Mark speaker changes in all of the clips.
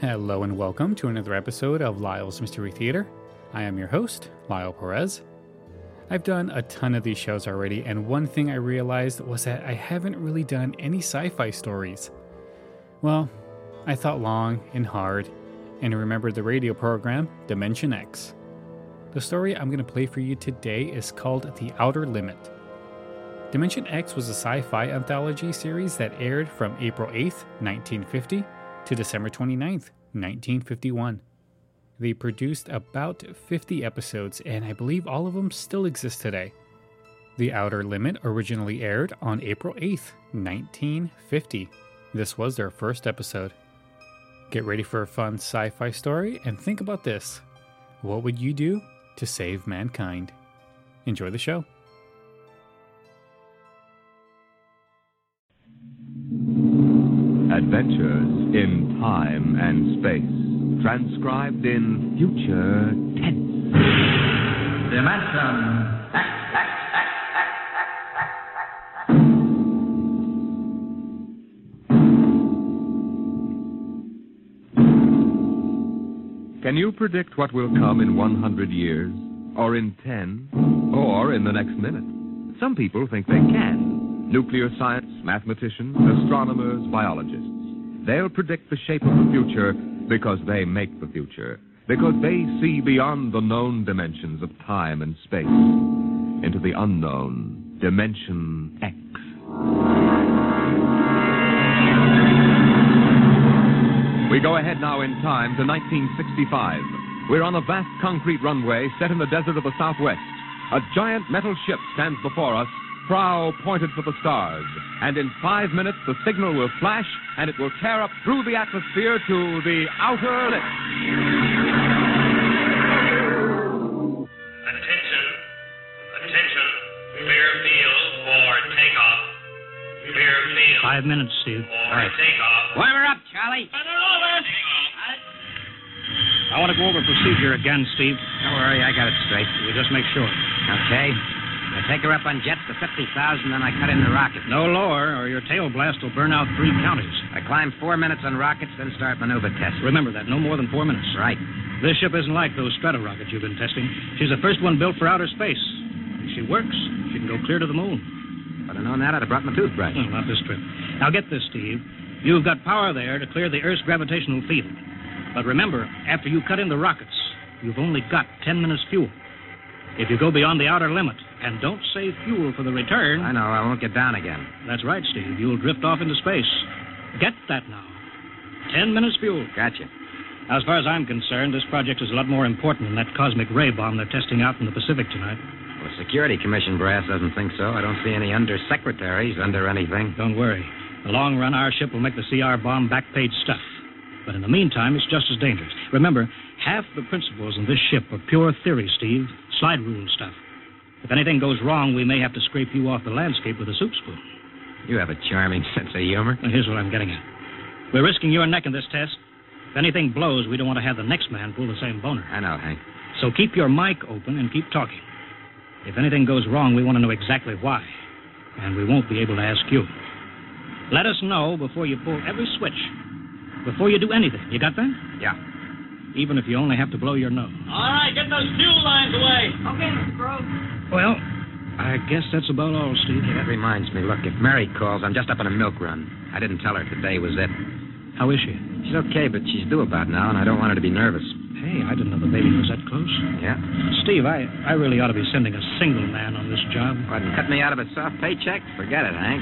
Speaker 1: Hello and welcome to another episode of Lyle's Mystery Theater. I am your host, Lyle Perez. I've done a ton of these shows already, and one thing I realized was that I haven't really done any sci fi stories. Well, I thought long and hard and remembered the radio program Dimension X. The story I'm going to play for you today is called The Outer Limit. Dimension X was a sci fi anthology series that aired from April 8th, 1950 to December 29th, 1951. They produced about 50 episodes, and I believe all of them still exist today. The Outer Limit originally aired on April 8th, 1950. This was their first episode. Get ready for a fun sci fi story and think about this What would you do to save mankind? Enjoy the show.
Speaker 2: Adventures in time and space, transcribed in future tense.
Speaker 3: Dimension
Speaker 4: um,
Speaker 3: X, X, X, X, X, X, X, X.
Speaker 2: Can you predict what will come in 100 years, or in 10, or in the next minute? Some people think they can. Nuclear science, mathematicians, astronomers, biologists. They'll predict the shape of the future because they make the future, because they see beyond the known dimensions of time and space into the unknown dimension X. We go ahead now in time to 1965. We're on a vast concrete runway set in the desert of the southwest. A giant metal ship stands before us, prow pointed for the stars. And in five minutes, the signal will flash and it will tear up through the atmosphere to the outer limit.
Speaker 5: Attention. Attention. Clear field for takeoff. Clear field
Speaker 4: Five minutes, Steve.
Speaker 5: for takeoff.
Speaker 4: Climber up, Charlie. I want to go over procedure again, Steve.
Speaker 6: Don't worry, I got it straight.
Speaker 4: We just make sure.
Speaker 6: Okay. I take her up on jets to 50,000, then I cut in the rocket.
Speaker 4: No lower, or your tail blast will burn out three counties.
Speaker 6: I climb four minutes on rockets, then start maneuver test.
Speaker 4: Remember that, no more than four minutes.
Speaker 6: Right.
Speaker 4: This ship isn't like those strata rockets you've been testing. She's the first one built for outer space. If she works, she can go clear to the moon.
Speaker 6: If I'd have known that, I'd have brought my toothbrush.
Speaker 4: Well, Hmm, not this trip. Now get this, Steve. You've got power there to clear the Earth's gravitational field. But remember, after you cut in the rockets, you've only got ten minutes fuel. If you go beyond the outer limit and don't save fuel for the return,
Speaker 6: I know, I won't get down again.
Speaker 4: That's right, Steve. You'll drift off into space. Get that now. Ten minutes fuel.
Speaker 6: Gotcha.
Speaker 4: Now, as far as I'm concerned, this project is a lot more important than that cosmic ray bomb they're testing out in the Pacific tonight.
Speaker 6: Well, the Security Commission brass doesn't think so. I don't see any undersecretaries under anything.
Speaker 4: Don't worry. In the long run, our ship will make the CR bomb back page stuff. But in the meantime, it's just as dangerous. Remember, half the principles in this ship are pure theory, Steve. Slide rule stuff. If anything goes wrong, we may have to scrape you off the landscape with a soup spoon.
Speaker 6: You have a charming sense of humor.
Speaker 4: Now, here's what I'm getting at. We're risking your neck in this test. If anything blows, we don't want to have the next man pull the same boner.
Speaker 6: I know, Hank.
Speaker 4: So keep your mic open and keep talking. If anything goes wrong, we want to know exactly why. And we won't be able to ask you. Let us know before you pull every switch. Before you do anything. You got that?
Speaker 6: Yeah.
Speaker 4: Even if you only have to blow your nose.
Speaker 3: All right, get those fuel lines away.
Speaker 4: Well, I guess that's about all, Steve.
Speaker 6: That reminds me. Look, if Mary calls, I'm just up on a milk run. I didn't tell her today was it.
Speaker 4: How is she?
Speaker 6: She's okay, but she's due about now, and I don't want her to be nervous.
Speaker 4: Hey, I didn't know the baby was that close.
Speaker 6: Yeah?
Speaker 4: Steve, I, I really ought to be sending a single man on this job.
Speaker 6: What, cut me out of a soft paycheck? Forget it, Hank.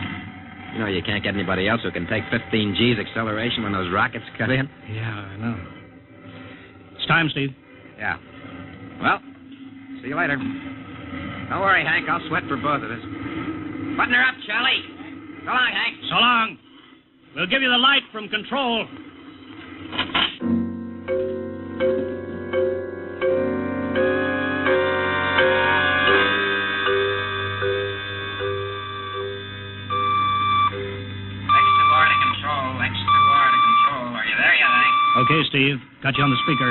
Speaker 6: You know you can't get anybody else who can take 15 G's acceleration when those rockets cut in.
Speaker 4: Yeah, I know. It's time, Steve.
Speaker 6: Yeah. Well, see you later. Don't worry, Hank. I'll sweat for both of us. Button her up, Charlie. Go on, Hank.
Speaker 4: So long. We'll give you the light from control.
Speaker 6: X2R to control. X2R to control. Are you there, you think?
Speaker 4: Okay, Steve. Got you on the speaker.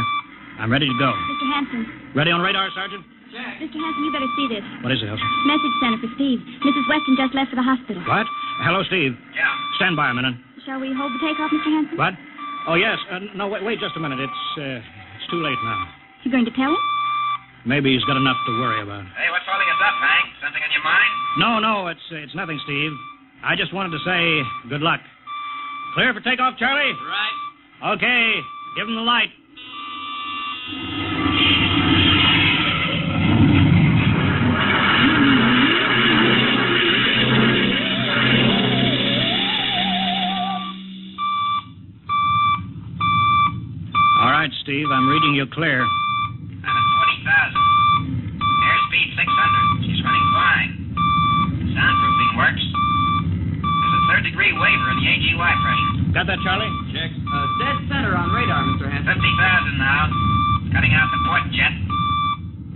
Speaker 4: I'm ready to go.
Speaker 7: Mr. Hanson,
Speaker 4: Ready on radar, Sergeant?
Speaker 7: Mr. Hanson, you better see this.
Speaker 4: What is it, Elsa?
Speaker 7: Message center for Steve. Mrs. Weston just left for the hospital.
Speaker 4: What? Hello, Steve.
Speaker 6: Yeah.
Speaker 4: Stand by a minute.
Speaker 7: Shall we hold the takeoff, Mr. Hanson?
Speaker 4: What? Oh, yes. Uh, no, wait, wait just a minute. It's, uh, it's too late now.
Speaker 7: You going to tell him?
Speaker 4: Maybe he's got enough to worry about.
Speaker 6: Hey, what's holding us up, Hank? Something on your mind?
Speaker 4: No, no, it's, it's nothing, Steve. I just wanted to say good luck. Clear for takeoff, Charlie?
Speaker 6: Right.
Speaker 4: Okay. Give him the light. All right, Steve, I'm reading you clear.
Speaker 6: 120,000. Airspeed 600. She's running fine. Soundproofing works. There's a third degree waiver in the AGY pressure.
Speaker 4: Got that, Charlie?
Speaker 6: Check. Uh, dead center on radar, Mr. Hanson. 50,000 now. Cutting out the port jet.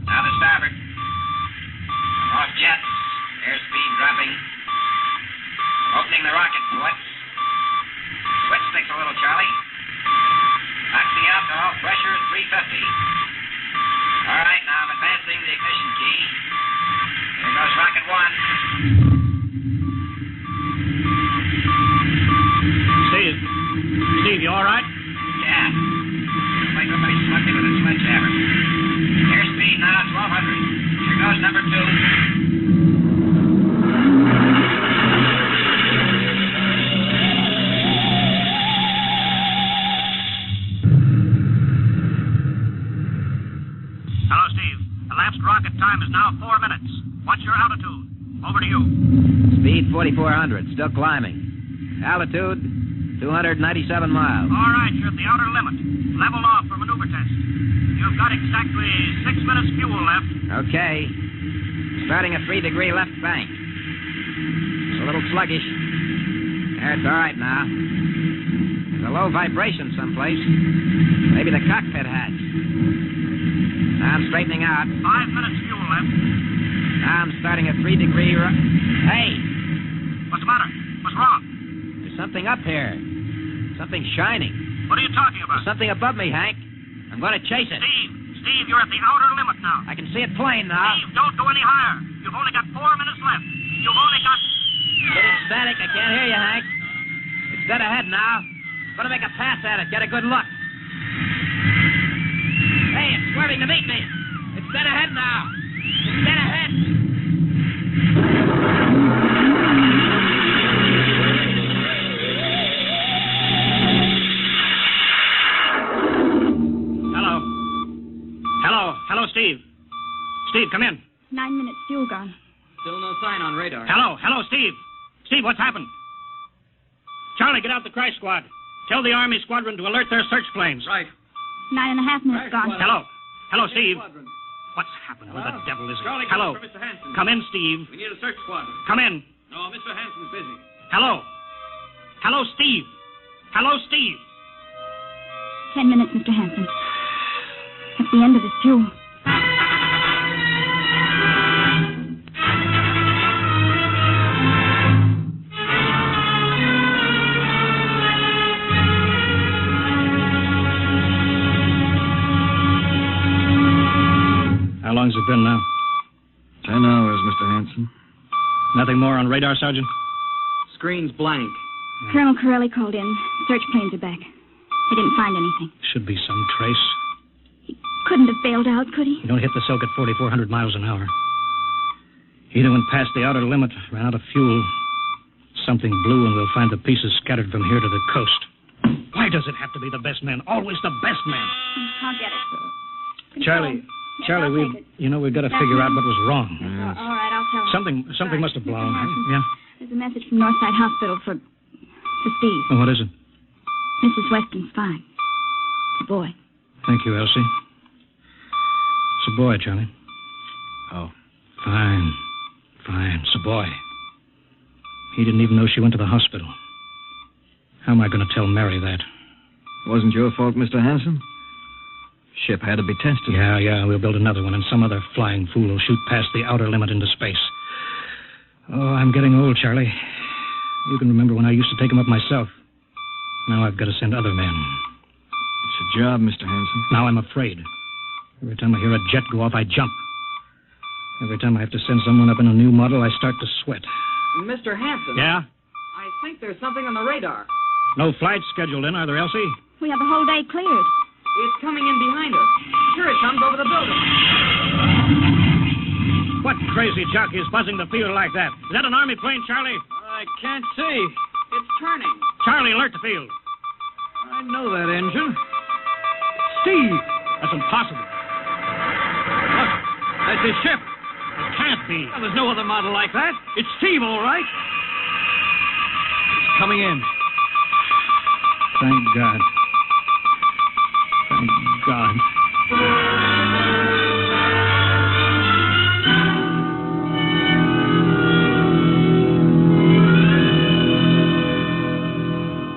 Speaker 6: Now to starboard. I'm off jet. Airspeed dropping. Opening the rocket port. Switch sticks a little, Charlie. Knock the alcohol pressure at 350. All right, now I'm advancing the ignition key. Here goes rocket one.
Speaker 4: Steve. Steve, you all right?
Speaker 6: Yeah. Looks like somebody slugged me with a sledgehammer. Airspeed now 1200. Here goes number two.
Speaker 4: Hello, Steve. Elapsed rocket time is now four minutes. What's your altitude? Over to you.
Speaker 6: Speed 4400, still climbing. Altitude 297 miles.
Speaker 4: All right, you're at the outer limit. Level off for maneuver test. You've got exactly six minutes fuel left.
Speaker 6: Okay. Starting a three degree left bank. It's a little sluggish. There, it's all right now. There's a low vibration someplace. Maybe the cockpit hatch. Now I'm straightening out.
Speaker 4: Five minutes fuel left.
Speaker 6: Now I'm starting a three degree. Ro- hey,
Speaker 4: What's the matter? What's wrong?
Speaker 6: there's something up here. Something shining.
Speaker 4: What are you talking about?
Speaker 6: Something above me, Hank. I'm going to chase it.
Speaker 4: Steve, Steve, you're at the outer limit now.
Speaker 6: I can see it plain
Speaker 8: Ah.
Speaker 6: now.
Speaker 4: Steve, don't go any higher. You've only got four minutes left. You've only got.
Speaker 6: Getting static. I can't hear you, Hank. It's dead ahead now. I'm gonna make a pass at it. Get a good look. Hey, it's swerving to meet me. It's dead ahead now. It's dead ahead.
Speaker 4: Hello. Hello. Hello, Steve. Steve, come in.
Speaker 7: Nine minutes fuel gone.
Speaker 6: Still no sign on radar.
Speaker 4: Hello, hello, Steve. Steve, what's happened? Charlie, get out the cry squad. Tell the Army squadron to alert their search planes. Right.
Speaker 7: Nine and a half minutes gone.
Speaker 4: Hello. Hello, Steve. What's happened? Where the devil is it? hello. Come in, Steve.
Speaker 9: We need a search squadron.
Speaker 4: Come in.
Speaker 9: No, Mr. Hanson's busy.
Speaker 4: Hello. Hello, Steve. Hello, Steve.
Speaker 7: Ten minutes, Mr. Hanson. That's the end of this fuel.
Speaker 4: Hmm. How long's it been now?
Speaker 8: Ten hours, Mr. Hanson.
Speaker 4: Nothing more on radar, Sergeant?
Speaker 9: Screen's blank.
Speaker 7: Colonel Corelli called in. Search planes are back. They didn't find anything.
Speaker 4: Should be some trace.
Speaker 7: Couldn't have bailed out, could he?
Speaker 4: You don't hit the silk at 4,400 miles an hour. Either went past the outer limit, ran out of fuel. Something blew, and we'll find the pieces scattered from here to the coast. Why does it have to be the best man? Always the best man.
Speaker 7: I'll get it. Control.
Speaker 4: Charlie,
Speaker 7: Yes,
Speaker 4: Charlie, we,
Speaker 7: I'll take it.
Speaker 4: you know, we've got to figure out what was wrong.
Speaker 7: All all right, I'll tell
Speaker 4: Something,
Speaker 7: him.
Speaker 4: something must have blown. Yeah.
Speaker 7: There's a message from Northside Hospital for for Steve.
Speaker 4: Well, what is it?
Speaker 7: Mrs. Weston's fine. The boy.
Speaker 4: Thank you, Elsie. It's a boy, Charlie.
Speaker 8: Oh.
Speaker 4: Fine, fine. It's a boy. He didn't even know she went to the hospital. How am I going to tell Mary that?
Speaker 8: Wasn't your fault, Mr. Hanson? Ship had to be tested.
Speaker 4: Yeah, yeah, we'll build another one, and some other flying fool will shoot past the outer limit into space. Oh, I'm getting old, Charlie. You can remember when I used to take 'em up myself. Now I've got to send other men.
Speaker 8: It's a job, Mr. Hanson.
Speaker 4: Now I'm afraid. Every time I hear a jet go off, I jump. Every time I have to send someone up in a new model, I start to sweat.
Speaker 9: Mr. Hanson,
Speaker 4: Yeah?
Speaker 9: I think there's something on the radar.
Speaker 4: No flights scheduled in, are there, Elsie?
Speaker 7: We have the whole day cleared.
Speaker 4: It's coming in behind us. Here it comes over the building.
Speaker 6: What crazy jockey is buzzing the field like that? Is that an army plane, Charlie?
Speaker 9: I can't see. It's turning.
Speaker 6: Charlie, alert the field.
Speaker 9: I know that engine. Steve!
Speaker 6: That's impossible.
Speaker 9: Look, that's his ship.
Speaker 6: It can't be.
Speaker 9: Well, there's no other model like that. It's Steve, all right. It's coming in.
Speaker 6: Thank God. Thank God.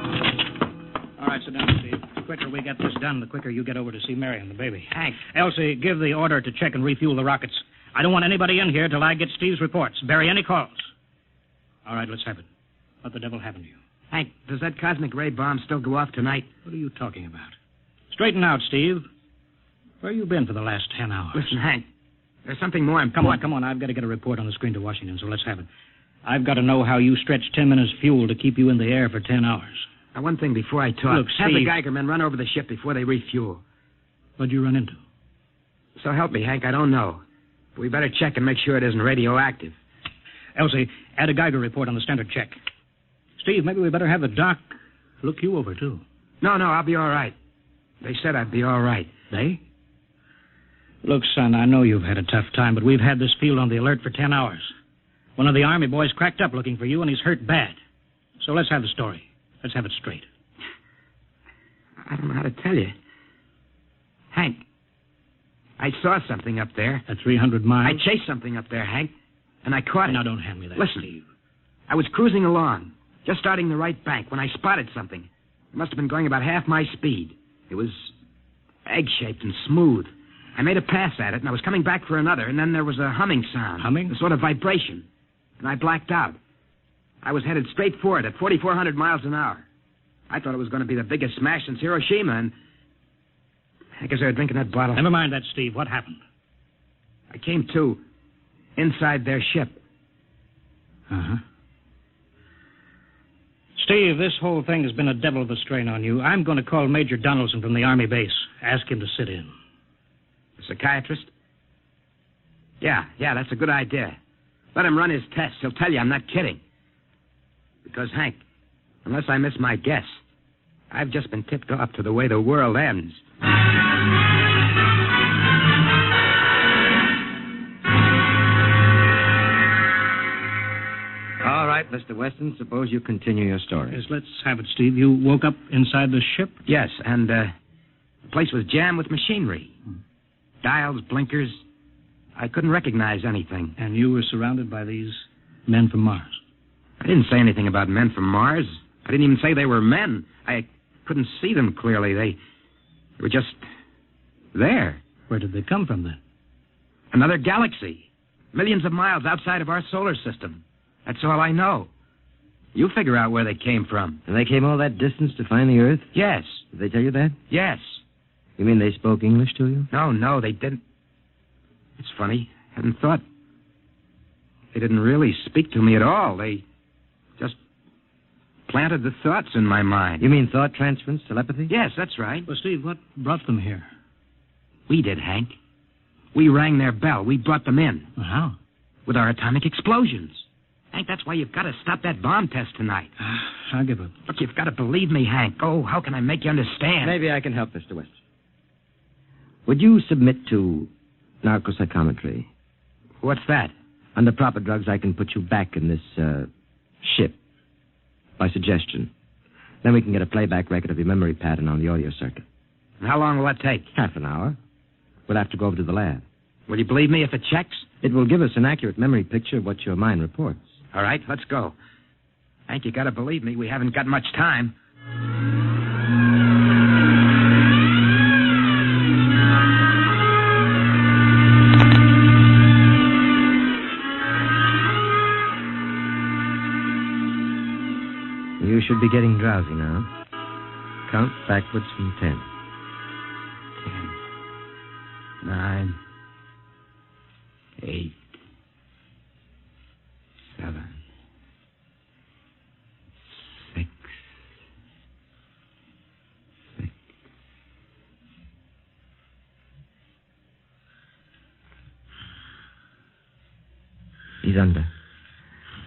Speaker 6: All right, sit down, Steve. The quicker we get this done, the quicker you get over to see Mary and the baby.
Speaker 4: Thanks.
Speaker 6: Elsie, give the order to check and refuel the rockets. I don't want anybody in here till I get Steve's reports. Bury any calls. All right, let's have it. What the devil happened to you?
Speaker 4: Hank, does that cosmic ray bomb still go off tonight?
Speaker 6: What are you talking about? Straighten out, Steve. Where you been for the last ten hours?
Speaker 4: Listen, Hank, there's something more important.
Speaker 6: Come on, come on. I've got to get a report on the screen to Washington, so let's have it. I've got to know how you stretched ten minutes fuel to keep you in the air for ten hours.
Speaker 4: Now, one thing before I talk.
Speaker 6: Look,
Speaker 4: Have the
Speaker 6: Steve-
Speaker 4: Geiger men run over the ship before they refuel.
Speaker 6: What'd you run into?
Speaker 4: So help me, Hank, I don't know. But we better check and make sure it isn't radioactive.
Speaker 6: Elsie, add a Geiger report on the standard check. Steve, maybe we better have the doc look you over, too.
Speaker 4: No, no, I'll be all right. They said I'd be all right.
Speaker 6: They? Look, son, I know you've had a tough time, but we've had this field on the alert for ten hours. One of the Army boys cracked up looking for you, and he's hurt bad. So let's have the story. Let's have it straight.
Speaker 4: I don't know how to tell you. Hank, I saw something up there.
Speaker 6: At 300 miles.
Speaker 4: I chased something up there, Hank, and I caught it.
Speaker 6: Now, don't hand me that,
Speaker 4: Listen.
Speaker 6: Steve.
Speaker 4: I was cruising along, just starting the right bank, when I spotted something. It must have been going about half my speed. It was egg shaped and smooth. I made a pass at it, and I was coming back for another, and then there was a humming sound.
Speaker 6: Humming?
Speaker 4: A sort of vibration. And I blacked out. I was headed straight for it at 4,400 miles an hour. I thought it was going to be the biggest smash since Hiroshima, and. I guess they were drinking that bottle.
Speaker 6: Never mind that, Steve. What happened?
Speaker 4: I came to inside their ship.
Speaker 6: Uh huh. Steve, this whole thing has been a devil of a strain on you. I'm going to call Major Donaldson from the Army base. Ask him to sit in.
Speaker 4: A psychiatrist? Yeah, yeah, that's a good idea. Let him run his tests. He'll tell you I'm not kidding. Because, Hank, unless I miss my guess, I've just been tipped off to the way the world ends.
Speaker 2: All right, Mr. Weston, suppose you continue your story.
Speaker 6: Yes, let's have it, Steve. You woke up inside the ship?
Speaker 4: Yes, and uh, the place was jammed with machinery dials, blinkers. I couldn't recognize anything.
Speaker 6: And you were surrounded by these men from Mars.
Speaker 4: I didn't say anything about men from Mars. I didn't even say they were men. I couldn't see them clearly. They were just there.
Speaker 6: Where did they come from then?
Speaker 4: Another galaxy. Millions of miles outside of our solar system. That's all I know. You figure out where they came from.
Speaker 2: And they came all that distance to find the Earth?
Speaker 4: Yes,
Speaker 2: Did they tell you that?
Speaker 4: yes.
Speaker 2: You mean they spoke English to you?
Speaker 4: No, no, they didn't. It's funny. Hadn't thought. They didn't really speak to me at all. They just planted the thoughts in my mind.
Speaker 2: You mean thought transference, telepathy?
Speaker 4: Yes, that's right.
Speaker 6: Well, Steve, what brought them here?
Speaker 4: We did, Hank. We rang their bell. We brought them in
Speaker 6: Well, how?
Speaker 4: with our atomic explosions. Hank, that's why you've got to stop that bomb test tonight.
Speaker 6: I give up.
Speaker 4: Look, you've got to believe me, Hank. Oh, how can I make you understand?
Speaker 2: Maybe I can help, Mr. Weston. Would you submit to narcopsychometry?
Speaker 4: What's that?
Speaker 2: Under proper drugs, I can put you back in this uh, ship by suggestion. Then we can get a playback record of your memory pattern on the audio circuit.
Speaker 4: And how long will that take?
Speaker 2: Half an hour. We'll have to go over to the lab.
Speaker 4: Will you believe me if it checks?
Speaker 2: It will give us an accurate memory picture of what your mind reports.
Speaker 4: All right, let's go. Hank, you gotta believe me. We haven't got much time.
Speaker 2: You should be getting drowsy now. Count backwards from ten.
Speaker 4: Ten, nine, eight, seven, six, six,
Speaker 8: he's under.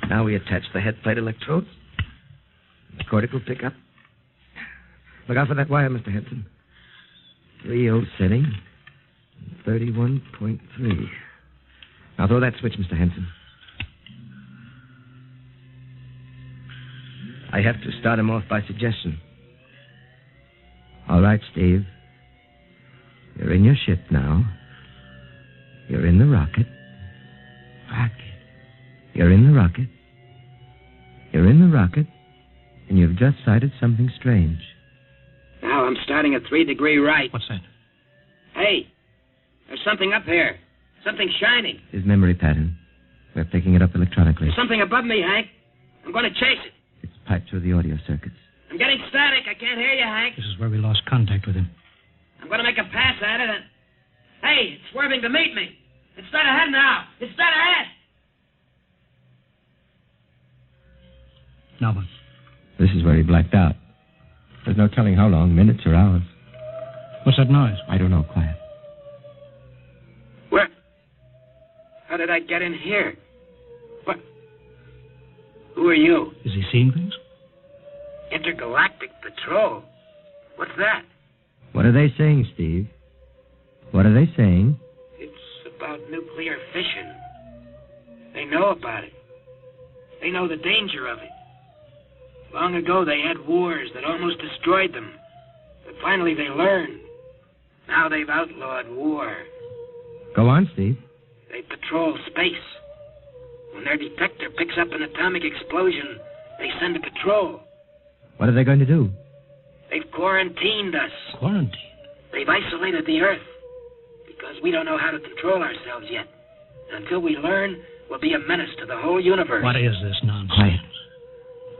Speaker 8: Now we attach the head plate electrode, the cortical pickup. Look out for that wire, Mr. Henson. 3.0 setting, 31.3. Now throw that switch, Mr. Henson. I have to start him off by suggestion. All right, Steve. You're in your ship now. You're in the rocket. Rocket. You're in the rocket. You're in the rocket, and you've just sighted something strange.
Speaker 10: Now I'm starting at three degree right.
Speaker 4: What's that?
Speaker 10: Hey, there's something up here. Something shining.
Speaker 8: His memory pattern. We're picking it up electronically.
Speaker 10: There's something above me, Hank. I'm going to chase it.
Speaker 8: It's piped through the audio circuits.
Speaker 10: I'm getting static. I can't hear you, Hank.
Speaker 4: This is where we lost contact with him.
Speaker 10: I'm going to make a pass at it. And... Hey, it's swerving to meet me. It's dead ahead now. It's dead ahead.
Speaker 4: Now, but
Speaker 8: This is where he blacked out. There's no telling how long, minutes or hours.
Speaker 4: what's that noise?
Speaker 8: I don't know. Quiet.
Speaker 10: Where? How did I get in here? What? Who are you?
Speaker 4: Is he seeing things?
Speaker 10: Intergalactic Patrol. What's that?
Speaker 8: What are they saying, Steve? What are they saying?
Speaker 10: It's about nuclear fission. They know about it. They know the danger of it. Long ago, they had wars that almost destroyed them. But finally, they learned. Now they've outlawed war.
Speaker 8: Go on, Steve.
Speaker 10: They patrol space. When their detector picks up an atomic explosion, they send a patrol.
Speaker 8: What are they going to do?
Speaker 10: They've quarantined us.
Speaker 4: Quarantine.
Speaker 10: They've isolated the Earth because we don't know how to control ourselves yet. Until we learn, we'll be a menace to the whole universe.
Speaker 4: What is this nonsense?
Speaker 8: Quiet.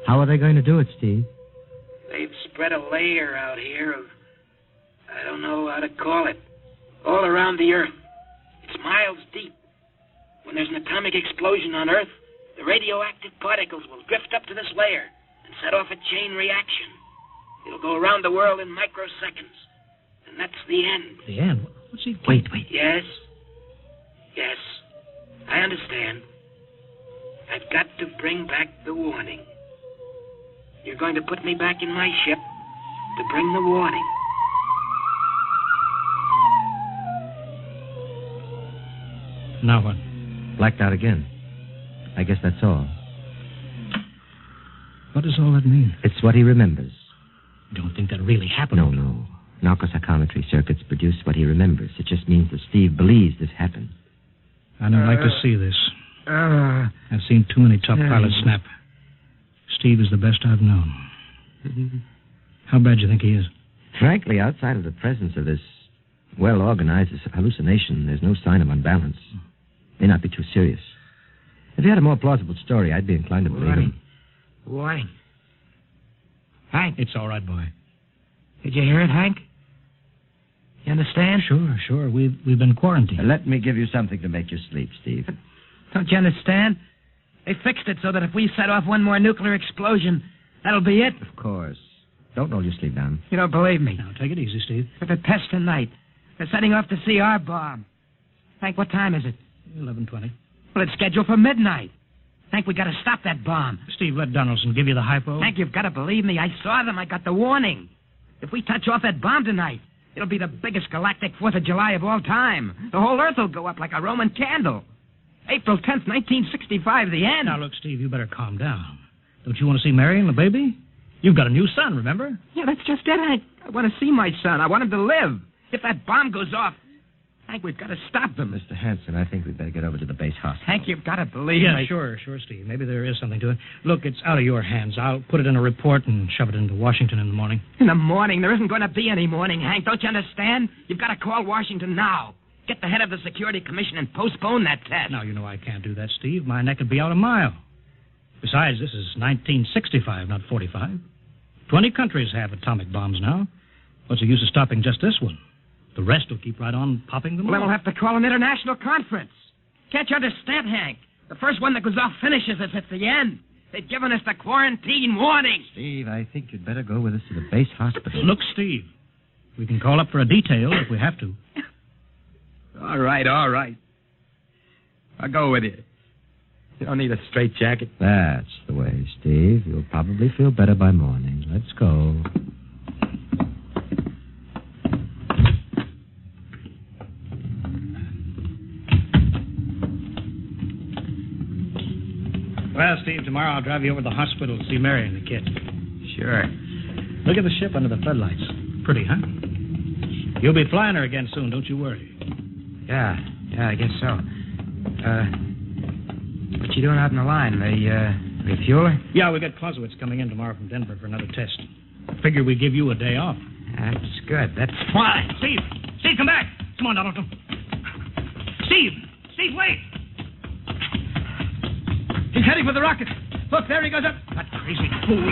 Speaker 8: How are they going to do it, Steve?
Speaker 10: They've spread a layer out here of. I don't know how to call it. All around the Earth. It's miles deep. When there's an atomic explosion on Earth, the radioactive particles will drift up to this layer and set off a chain reaction. It'll go around the world in microseconds. And that's the end.
Speaker 4: The end. What's he? Wait, wait.
Speaker 10: Yes. Yes. I understand. I've got to bring back the warning. You're going to put me back in my ship to bring the warning.
Speaker 4: Now what?
Speaker 8: Blacked out again. I guess that's all.
Speaker 4: What does all that mean?
Speaker 8: It's what he remembers.
Speaker 4: Don't think that really happened.
Speaker 8: No, no. Narcopsychometry circuits produce what he remembers. It just means that Steve believes this happened.
Speaker 4: I don't like to
Speaker 10: Uh,
Speaker 4: see this.
Speaker 8: Ah.
Speaker 4: I've seen too many top
Speaker 8: Yeah.
Speaker 4: pilots snap. Steve is the best I've known. How bad do you think he is?
Speaker 8: Frankly, outside of the presence of this well organized hallucination, there's no sign of unbalance. May not be too serious. If he had a more plausible story, I'd be inclined to believe him.
Speaker 10: Warning.
Speaker 4: It's all right, boy.
Speaker 10: Did you hear it, Hank? You understand?
Speaker 4: Sure, sure. We've we've been
Speaker 8: Uh,
Speaker 4: quarantined.
Speaker 8: Let me give you something to make you sleep, Steve.
Speaker 10: Don't you understand? They fixed it so that if we set off one more nuclear explosion, that'll be it.
Speaker 8: Of course. Don't roll your sleeve down.
Speaker 10: You don't believe me.
Speaker 4: Now take it easy, Steve.
Speaker 10: But the test tonight. They're setting off the CR bomb. Hank, what time is it?
Speaker 4: Eleven twenty.
Speaker 10: Well, it's scheduled for midnight. Hank, we gotta stop that bomb.
Speaker 4: Steve, let Donaldson give you the hypo.
Speaker 10: Hank, you've gotta believe me. I saw them. I got the warning. If we touch off that bomb tonight, it'll be the biggest galactic Fourth of July of all time. The whole Earth will go up like a Roman candle. April 10th, 1965, the end.
Speaker 4: Now look, Steve, you better calm down. Don't you want to see Mary and the baby? You've got a new son, remember?
Speaker 10: Yeah, that's just it, Hank. I want to see my son. I want him to live. If that bomb goes off, Hank, we've gotta stop them.
Speaker 8: Mr. Hanson, I think we'd better get over to the base hospital.
Speaker 10: Hank, you've gotta believe
Speaker 4: yeah,
Speaker 10: me.
Speaker 4: sure, sure, Steve. Maybe there is something to it. Look, it's out of your hands. I'll put it in a report and shove it into Washington in the morning.
Speaker 10: In the morning. There isn't going to be any morning, Hank. Don't you understand? You've got to call Washington now. Get the head of the Security Commission and postpone that test.
Speaker 4: Now you know I can't do that, Steve. My neck would be out a mile. Besides, this is 1965, not 45. Twenty countries have atomic bombs now. What's the use of stopping just this one? The rest will keep right on popping them.
Speaker 10: Well, then
Speaker 4: off.
Speaker 10: we'll have to call an international conference. Can't you understand, Hank? The first one that goes off finishes us at the end. They've given us the quarantine warning.
Speaker 8: Steve, I think you'd better go with us to the base hospital.
Speaker 4: Look, Steve, we can call up for a detail if we have to.
Speaker 2: All right, all right. I'll go with you.
Speaker 11: You don't need a straight jacket.
Speaker 8: That's the way, Steve. You'll probably feel better by morning. Let's go.
Speaker 4: Well, Steve, tomorrow I'll drive you over to the hospital to see Mary and the kid.
Speaker 11: Sure.
Speaker 4: Look at the ship under the floodlights. Pretty, huh? You'll be flying her again soon, don't you worry.
Speaker 10: Yeah, yeah, I guess so. Uh, what you doing out in the line? The, uh, refueler?
Speaker 4: Yeah, we got Clausewitz coming in tomorrow from Denver for another test. Figure we give you a day off.
Speaker 10: That's good. That's
Speaker 4: Why? Steve! Steve, come back! Come on, Donald. Steve! Steve, wait!
Speaker 9: He's heading for the rocket. Look, there he goes up.
Speaker 4: That crazy fool.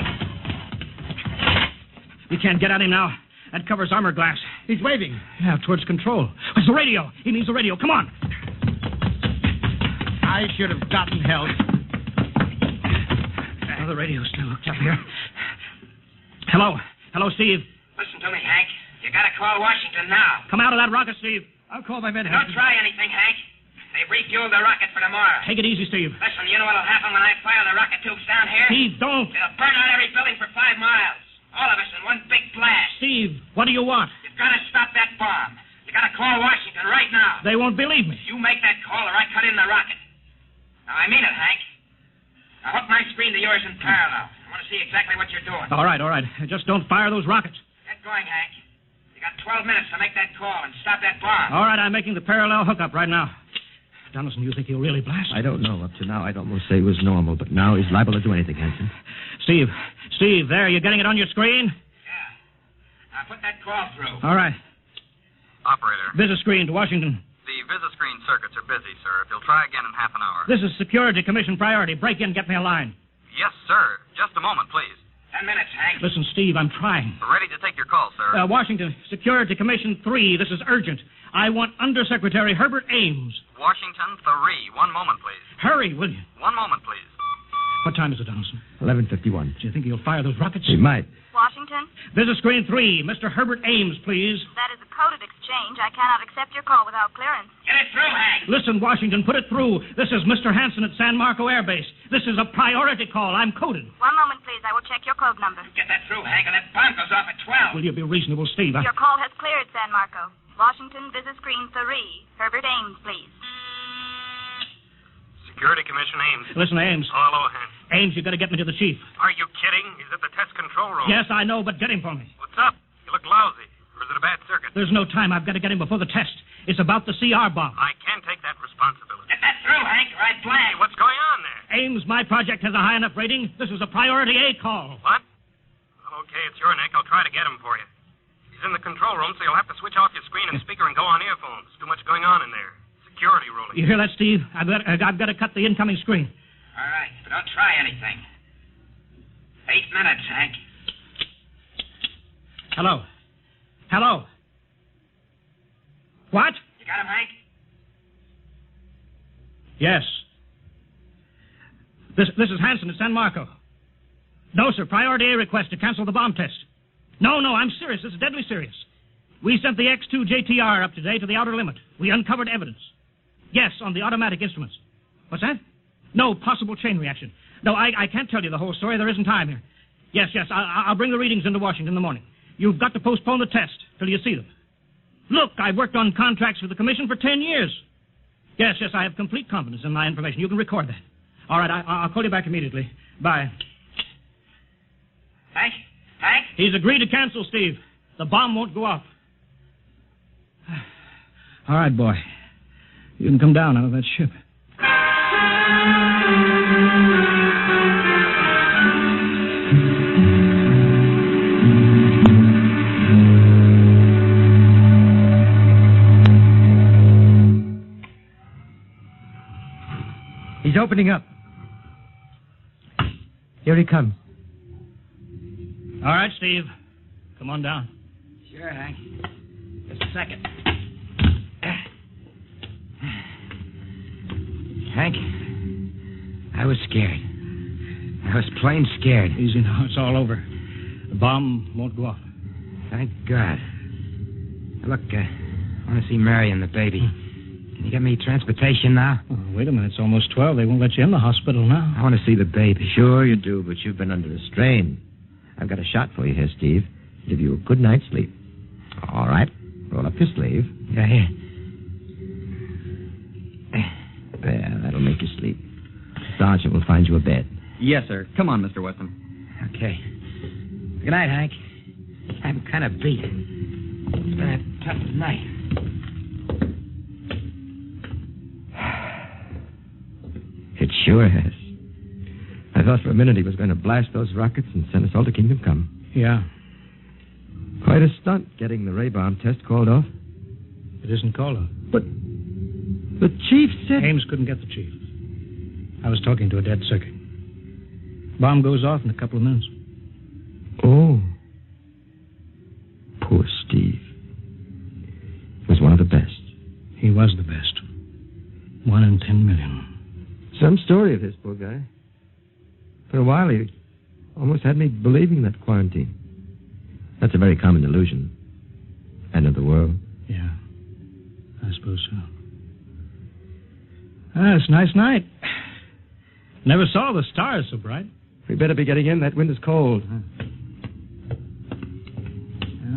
Speaker 4: You can't get at him now. That covers armor glass.
Speaker 9: He's waving.
Speaker 4: Yeah, towards control. It's the radio. He needs the radio. Come on.
Speaker 9: I should have gotten help.
Speaker 4: Oh, the radio's still hooked up here. Hello. Hello, Steve.
Speaker 6: Listen to me, Hank. You gotta call Washington now.
Speaker 4: Come out of that rocket, Steve.
Speaker 9: I'll call my men.
Speaker 6: Don't try anything, Hank. They've refueled the rocket for tomorrow.
Speaker 4: Take it easy, Steve.
Speaker 6: Listen, you know what'll happen when I fire the rocket tubes down here?
Speaker 4: Steve, don't.
Speaker 6: It'll burn out every building for five miles. All of us in one big blast.
Speaker 4: Steve, what do you want?
Speaker 6: You've got to stop that bomb. You got to call Washington right now.
Speaker 4: They won't believe me.
Speaker 6: You make that call or I cut in the rocket. Now, I mean it, Hank. Now, hook my screen to yours in parallel. I want to see exactly what you're doing.
Speaker 4: All right, all right. Just don't fire those rockets.
Speaker 6: Get going, Hank. You got 12 minutes to make that call and stop that bomb.
Speaker 4: All right, I'm making the parallel hookup right now. Donaldson, you think he'll really blast?
Speaker 8: I don't know. Up to now, I'd almost say it was normal, but now he's liable to do anything, Hanson.
Speaker 4: Steve, Steve, there, you getting it on your screen?
Speaker 6: Now, put that call through.
Speaker 4: All right.
Speaker 12: Operator,
Speaker 4: Visit screen to Washington.
Speaker 12: the visiscreen circuits are busy, sir. If you'll try again in half an hour.
Speaker 4: This is Security Commission priority. Break in, get me a line.
Speaker 12: Yes, sir. Just a moment, please.
Speaker 6: Ten minutes, Hank.
Speaker 4: Listen, Steve, I'm trying.
Speaker 12: We're ready to take your call, sir.
Speaker 4: Uh, Washington, Security Commission 3, this is urgent. I want Undersecretary Herbert Ames.
Speaker 12: Washington 3. One moment, please.
Speaker 4: Hurry, will you?
Speaker 12: One moment, please.
Speaker 4: What time is it, Donaldson?
Speaker 8: 11.51.
Speaker 4: Do you think he'll fire those rockets?
Speaker 8: He might.
Speaker 13: Washington,
Speaker 4: Visit screen 3, Mr. Herbert Ames, please.
Speaker 13: that is a coded exchange. I cannot accept your call without clearance.
Speaker 6: Get it through, Hank.
Speaker 4: Listen, Washington, put it through. This is Mr. Hanson at San Marco Air Base. This is a priority call. I'm coded.
Speaker 13: One moment, please. I will check your code number.
Speaker 6: Get that through, Hank, or that bomb goes off at 12.
Speaker 4: Will you be reasonable, Steve? I-
Speaker 13: Your call has cleared, San Marco. Washington, visit screen 3. Herbert Ames, please.
Speaker 12: Security Commission Ames.
Speaker 4: Listen, Ames.
Speaker 12: Hello, Hank.
Speaker 4: Ames, you got to get me to the chief.
Speaker 12: Are you kidding? He's at the test control room.
Speaker 4: Yes, I know, but get him for me.
Speaker 12: What's up? You look lousy. Or is it a bad circuit?
Speaker 4: There's no time. I've got to get him before the test. It's about the CR bomb.
Speaker 12: I can take that responsibility.
Speaker 6: Get that through, Hank, or I blast.
Speaker 12: Hey, what's going on there?
Speaker 4: Ames, my project has a high enough rating. This is a priority A call.
Speaker 12: What? Okay, it's your neck. I'll try to get him for you. He's in the control room, so you'll have to switch off your screen and speaker and go on earphones. Too much going on in there. Security ruling.
Speaker 4: You hear that, Steve? I've got, I've got to cut the incoming screen.
Speaker 6: All right, but don't try anything. Eight minutes, Hank.
Speaker 4: Hello. Hello. What?
Speaker 6: You got him, Hank?
Speaker 4: Yes. This, this is Hanson at San Marco. No, sir. Priority A request to cancel the bomb test. No, no, I'm serious. This is deadly serious. We sent the X2 JTR up today to the outer limit. We uncovered evidence. Yes, on the automatic instruments. What's that? No, possible chain reaction. No, I, I can't tell you the whole story. There isn't time here. Yes, yes, I, I'll bring the readings into Washington in the morning. You've got to postpone the test till you see them. Look, I've worked on contracts for the commission for ten years. Yes, yes, I have complete confidence in my information. You can record that. All right, I, I'll call you back immediately. Bye.
Speaker 6: Hank? Hank?
Speaker 4: He's agreed to cancel, Steve. The bomb won't go off. All right, boy. You can come down out of that ship.
Speaker 11: He's opening up.
Speaker 8: Here he comes.
Speaker 4: All right, Steve. Come on down.
Speaker 6: Sure, Hank. Just a second.
Speaker 10: Hank. I was scared. I was plain scared.
Speaker 4: Easy now. It's all over. The bomb won't go off.
Speaker 10: Thank God. Look, uh, I want to see Mary and the baby. Can you get me transportation now?
Speaker 4: Oh, wait a minute. It's almost 12. They won't let you in the hospital now.
Speaker 10: I want to see the baby.
Speaker 8: Sure you do, but you've been under a strain. I've got a shot for you here, Steve. Give you a good night's sleep. All right. Roll up your sleeve.
Speaker 10: Yeah, here.
Speaker 8: There, that'll make you sleep. Sergeant will find you a bed.
Speaker 14: Yes, sir. Come on, Mr. Weston.
Speaker 10: Okay. Good night, Hank. I'm kind of beat. It's been a tough night.
Speaker 8: It sure has. I thought for a minute he was going to blast those rockets and send us all to Kingdom Come.
Speaker 4: Yeah.
Speaker 8: Quite a stunt getting the ray bomb test called off.
Speaker 4: It isn't called off.
Speaker 8: But the chief said.
Speaker 4: Ames couldn't get the chief. I was talking to a dead circuit. Bomb goes off in a couple of minutes.
Speaker 8: Oh. Poor Steve. He was one of the best.
Speaker 4: He was the best. One in ten million.
Speaker 8: Some story of this poor guy. For a while, he almost had me believing that quarantine. That's a very common delusion. End of the world.
Speaker 4: Yeah. I suppose so. Ah, it's a nice night. Never saw the stars so bright.
Speaker 8: We better be getting in. That wind is cold.
Speaker 4: Well,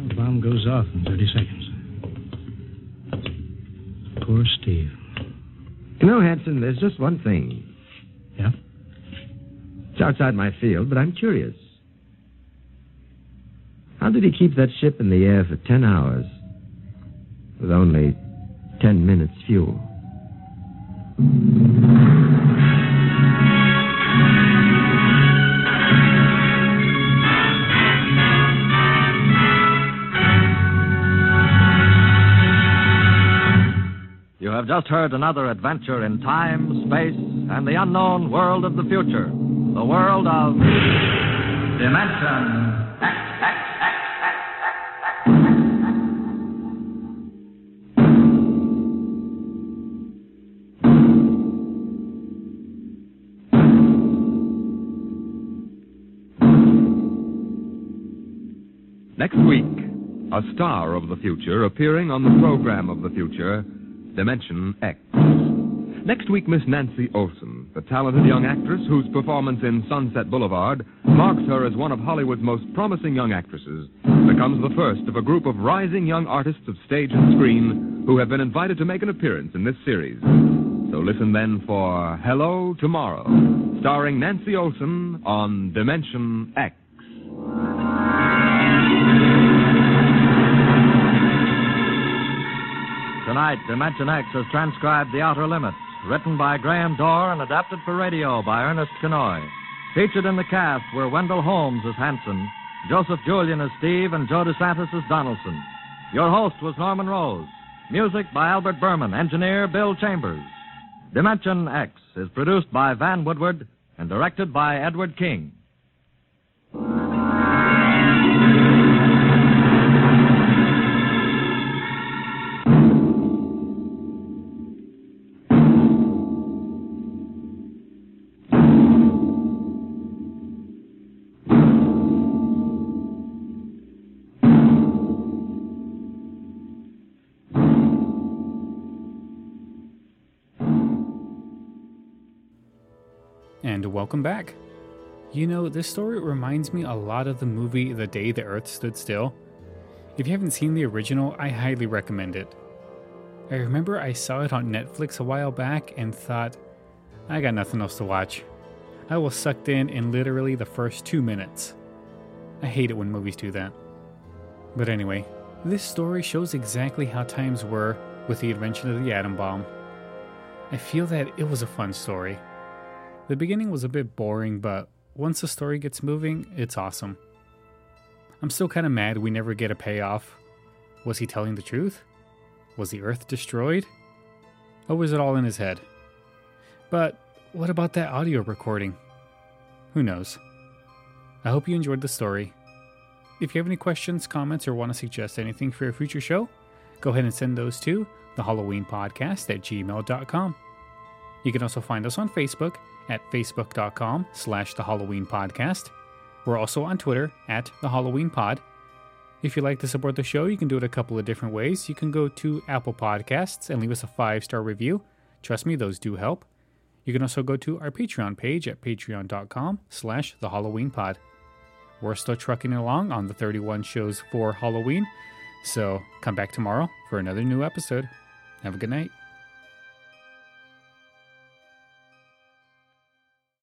Speaker 4: the bomb goes off in 30 seconds. Poor Steve.
Speaker 8: You know, Hanson, there's just one thing.
Speaker 4: Yeah?
Speaker 8: It's outside my field, but I'm curious. How did he keep that ship in the air for ten hours with only ten minutes fuel?
Speaker 15: You have just heard another adventure in time, space, and the unknown world of the future. The world of. Dimension.
Speaker 2: Next week, a star of the future appearing on the program of the future, Dimension X. Next week, Miss Nancy Olson, the talented young actress whose performance in Sunset Boulevard marks her as one of Hollywood's most promising young actresses, becomes the first of a group of rising young artists of stage and screen who have been invited to make an appearance in this series. So listen then for Hello Tomorrow, starring Nancy Olson on Dimension X.
Speaker 15: Tonight, Dimension X has transcribed The Outer Limits, written by Graham Dorr and adapted for radio by Ernest Canoy. Featured in the cast were Wendell Holmes as Hanson, Joseph Julian as Steve, and Joe DeSantis as Donaldson. Your host was Norman Rose. Music by Albert Berman, engineer Bill Chambers. Dimension X is produced by Van Woodward and directed by Edward King.
Speaker 1: And welcome back. You know, this story reminds me a lot of the movie The Day the Earth Stood Still. If you haven't seen the original, I highly recommend it. I remember I saw it on Netflix a while back and thought, I got nothing else to watch. I was sucked in in literally the first two minutes. I hate it when movies do that. But anyway, this story shows exactly how times were with the invention of the atom bomb. I feel that it was a fun story. The beginning was a bit boring, but once the story gets moving, it's awesome. I'm still kind of mad we never get a payoff. Was he telling the truth? Was the Earth destroyed? Or was it all in his head? But what about that audio recording? Who knows? I hope you enjoyed the story. If you have any questions, comments, or want to suggest anything for a future show, go ahead and send those to the Halloween podcast at gmail.com. You can also find us on Facebook at facebook.com slash the Halloween podcast. We're also on Twitter at the Halloween Pod. If you'd like to support the show, you can do it a couple of different ways. You can go to Apple Podcasts and leave us a five star review. Trust me, those do help. You can also go to our Patreon page at patreon.com slash the Halloween pod. We're still trucking along on the 31 shows for Halloween, so come back tomorrow for another new episode. Have a good night.